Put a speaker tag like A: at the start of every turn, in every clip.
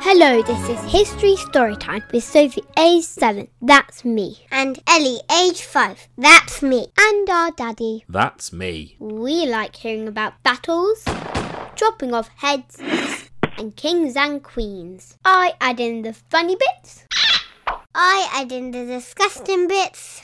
A: Hello, this is History Storytime with Sophie, age 7. That's me.
B: And Ellie, age 5. That's me.
A: And our daddy.
C: That's me.
A: We like hearing about battles, dropping off heads, and kings and queens. I add in the funny bits,
B: I add in the disgusting bits.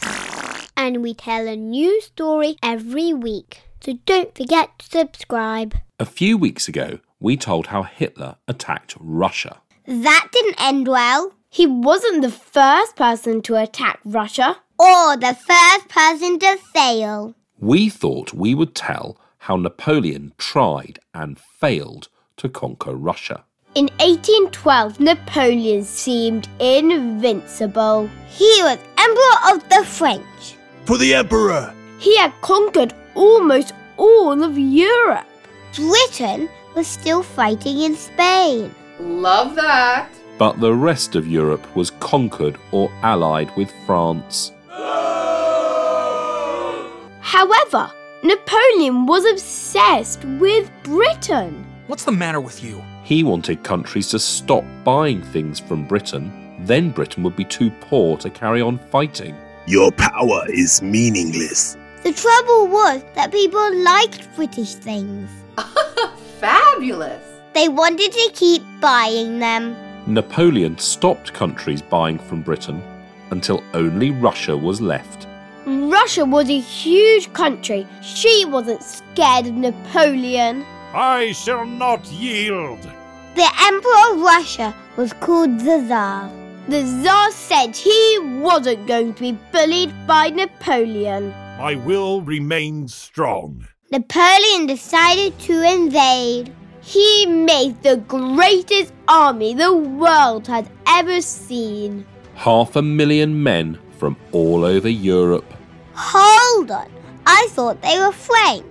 A: and we tell a new story every week. So don't forget to subscribe.
C: A few weeks ago, we told how Hitler attacked Russia.
B: That didn't end well.
A: He wasn't the first person to attack Russia.
B: Or the first person to fail.
C: We thought we would tell how Napoleon tried and failed to conquer Russia.
A: In 1812, Napoleon seemed invincible.
B: He was Emperor of the French.
D: for the Emperor.
A: He had conquered almost all of Europe.
B: Britain was still fighting in Spain.
E: Love that.
C: But the rest of Europe was conquered or allied with France.
A: However, Napoleon was obsessed with Britain.
D: What's the matter with you?
C: He wanted countries to stop buying things from Britain, then Britain would be too poor to carry on fighting.
F: Your power is meaningless.
B: The trouble was that people liked British things.
E: Fabulous.
B: They wanted to keep buying them.
C: Napoleon stopped countries buying from Britain until only Russia was left.
A: Russia was a huge country. She wasn't scared of Napoleon.
G: I shall not yield.
B: The Emperor of Russia was called the Tsar.
A: The Tsar said he wasn't going to be bullied by Napoleon.
G: My will remains strong.
B: Napoleon decided to invade.
A: He made the greatest army the world had ever seen.
C: Half a million men from all over Europe.
B: Hold on, I thought they were French.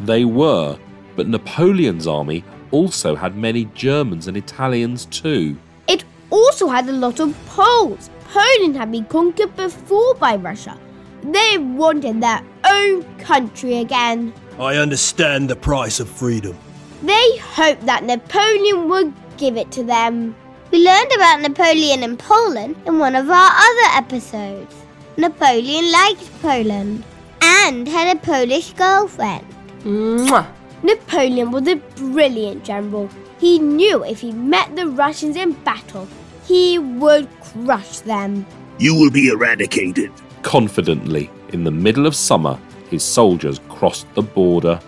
C: They were, but Napoleon's army also had many Germans and Italians too.
A: It also had a lot of Poles. Poland had been conquered before by Russia. They wanted their own country again.
D: I understand the price of freedom.
A: They hoped that Napoleon would give it to them.
B: We learned about Napoleon and Poland in one of our other episodes. Napoleon liked Poland and had a Polish girlfriend.
E: Mwah.
A: Napoleon was a brilliant general. He knew if he met the Russians in battle, he would crush them.
F: You will be eradicated.
C: Confidently, in the middle of summer, his soldiers crossed the border.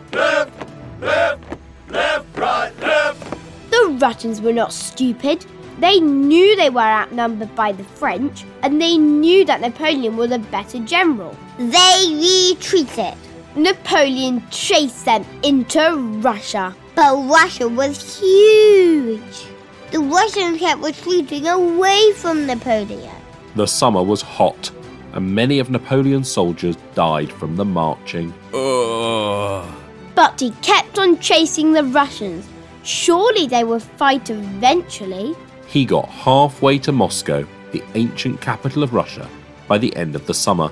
A: The Russians were not stupid. They knew they were outnumbered by the French, and they knew that Napoleon was a better general.
B: They retreated,
A: Napoleon chased them into Russia.
B: but Russia was huge. The Russians kept retreating away from Napoleon.
C: The summer was hot, and many of Napoleon's soldiers died from the marching.
A: But he kept on chasing the Russians. Surely they would fight eventually.
C: He got halfway to Moscow, the ancient capital of Russia, by the end of the summer.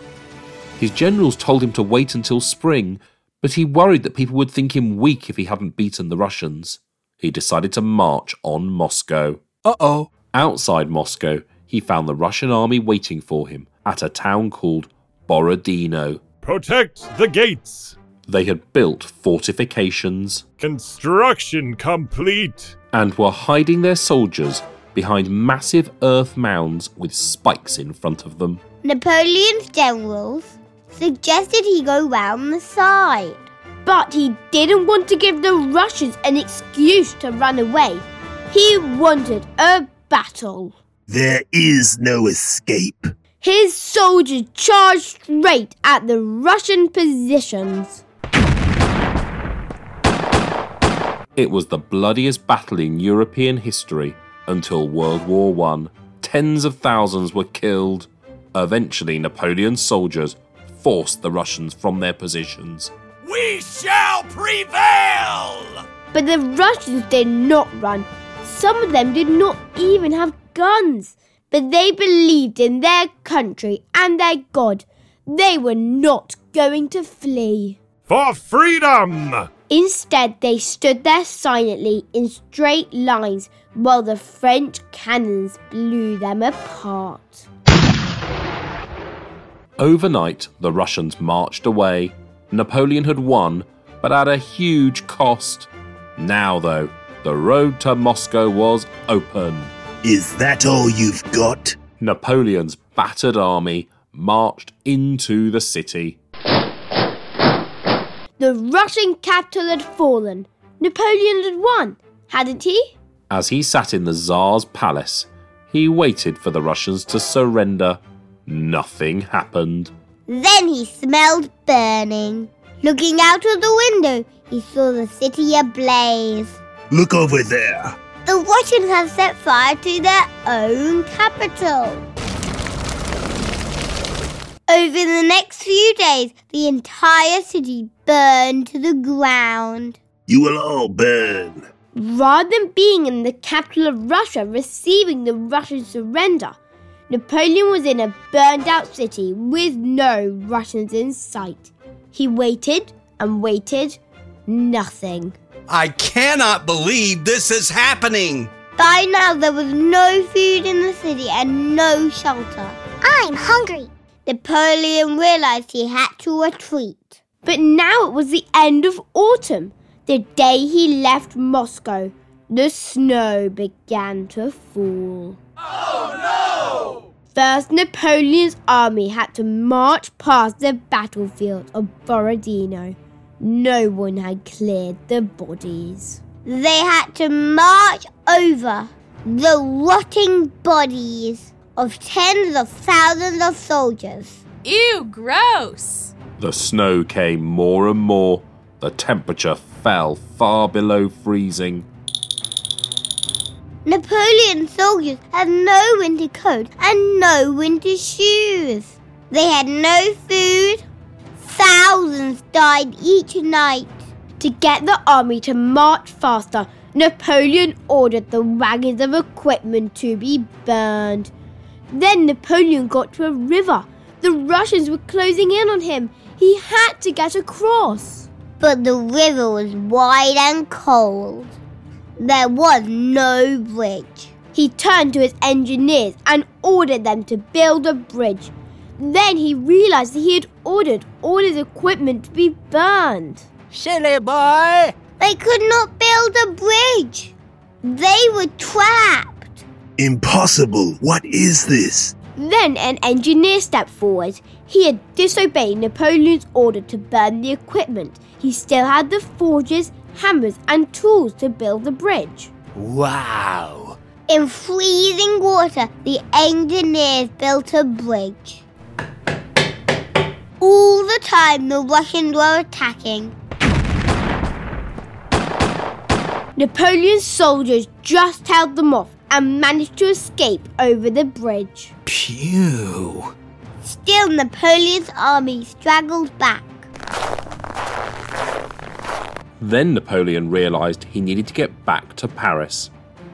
C: His generals told him to wait until spring, but he worried that people would think him weak if he hadn't beaten the Russians. He decided to march on Moscow.
D: Uh oh.
C: Outside Moscow, he found the Russian army waiting for him at a town called Borodino.
G: Protect the gates.
C: They had built fortifications
G: Construction complete.
C: and were hiding their soldiers behind massive earth mounds with spikes in front of them.
B: Napoleon's generals suggested he go round the side.
A: But he didn't want to give the Russians an excuse to run away. He wanted a battle.
F: There is no escape.
A: His soldiers charged straight at the Russian positions.
C: It was the bloodiest battle in European history until World War One. Tens of thousands were killed. Eventually, Napoleon's soldiers forced the Russians from their positions.
D: We shall prevail!
A: But the Russians did not run. Some of them did not even have guns. But they believed in their country and their God. They were not going to flee.
G: For freedom.
A: Instead, they stood there silently in straight lines while the French cannons blew them apart.
C: Overnight, the Russians marched away. Napoleon had won, but at a huge cost. Now, though, the road to Moscow was open.
F: Is that all you've got?
C: Napoleon's battered army marched into the city.
A: The Russian capital had fallen. Napoleon had won, hadn't he?
C: As he sat in the Tsar's palace, he waited for the Russians to surrender. Nothing happened.
B: Then he smelled burning. Looking out of the window, he saw the city ablaze.
F: Look over there.
B: The Russians had set fire to their own capital. Over the next few days, the entire city burned to the ground.
F: You will all burn.
A: Rather than being in the capital of Russia receiving the Russian surrender, Napoleon was in a burned out city with no Russians in sight. He waited and waited, nothing.
D: I cannot believe this is happening.
B: By now, there was no food in the city and no shelter. I'm hungry. Napoleon realized he had to retreat.
A: But now it was the end of autumn, the day he left Moscow. The snow began to fall. First, Napoleon's army had to march past the battlefield of Borodino. No one had cleared the bodies.
B: They had to march over the rotting bodies of tens of thousands of soldiers.
H: Ew, gross!
C: The snow came more and more. The temperature fell far below freezing.
B: Napoleon's soldiers had no winter coat and no winter shoes. They had no food. Thousands died each night.
A: To get the army to march faster, Napoleon ordered the wagons of equipment to be burned. Then Napoleon got to a river. The Russians were closing in on him. He had to get across.
B: But the river was wide and cold. There was no bridge.
A: He turned to his engineers and ordered them to build a bridge. Then he realized that he had ordered all his equipment to be burned.
B: They could not build a bridge. They were trapped.
F: Impossible. What is this?
A: Then an engineer stepped forward. He had disobeyed Napoleon's order to burn the equipment. He still had the forges, hammers, and tools to build the bridge.
D: Wow.
B: In freezing water, the engineers built a bridge. All the time, the Russians were attacking.
A: Napoleon's soldiers just held them off and managed to escape over the bridge.
D: Pew.
B: Still, Napoleon's army straggled back.
C: Then Napoleon realised he needed to get back to Paris.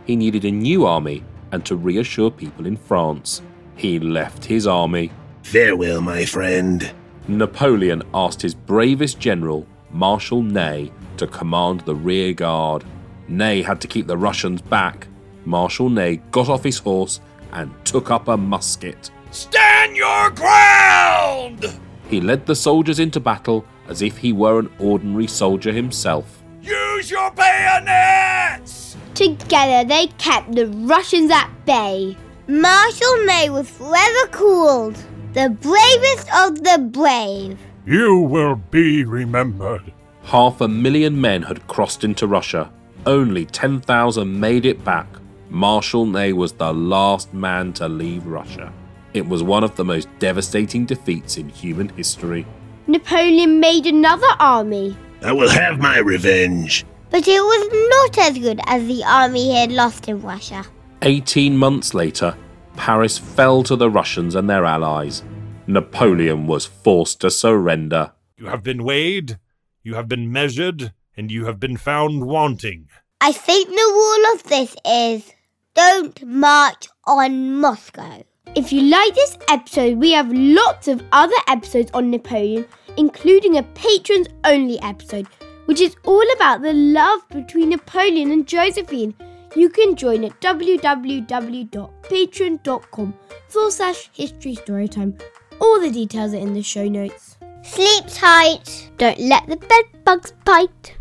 C: He needed a new army and to reassure people in France. He left his army.
F: Farewell, my friend.
C: Napoleon asked his bravest general, Marshal Ney, to command the rear guard. Ney had to keep the Russians back. Marshal Ney got off his horse and took up a musket.
D: Stand your ground!
C: He led the soldiers into battle as if he were an ordinary soldier himself.
D: Use your bayonets!
A: Together they kept the Russians at bay.
B: Marshal Ney was forever called the bravest of the brave.
G: You will be remembered.
C: Half a million men had crossed into Russia. Only 10,000 made it back. Marshal Ney was the last man to leave Russia. It was one of the most devastating defeats in human history.
A: Napoleon made another army.
F: I will have my revenge.
B: But it was not as good as the army he had lost in Russia.
C: 18 months later, Paris fell to the Russians and their allies. Napoleon was forced to surrender.
G: You have been weighed, you have been measured, and you have been found wanting.
B: I think the rule of this is don't march on Moscow.
A: If you like this episode, we have lots of other episodes on Napoleon, including a patrons only episode. which is all about the love between Napoleon and Josephine. You can join at www.patreon.com forward slash history storytime. All the details are in the show notes.
B: Sleep tight.
A: Don't let the bed bugs bite.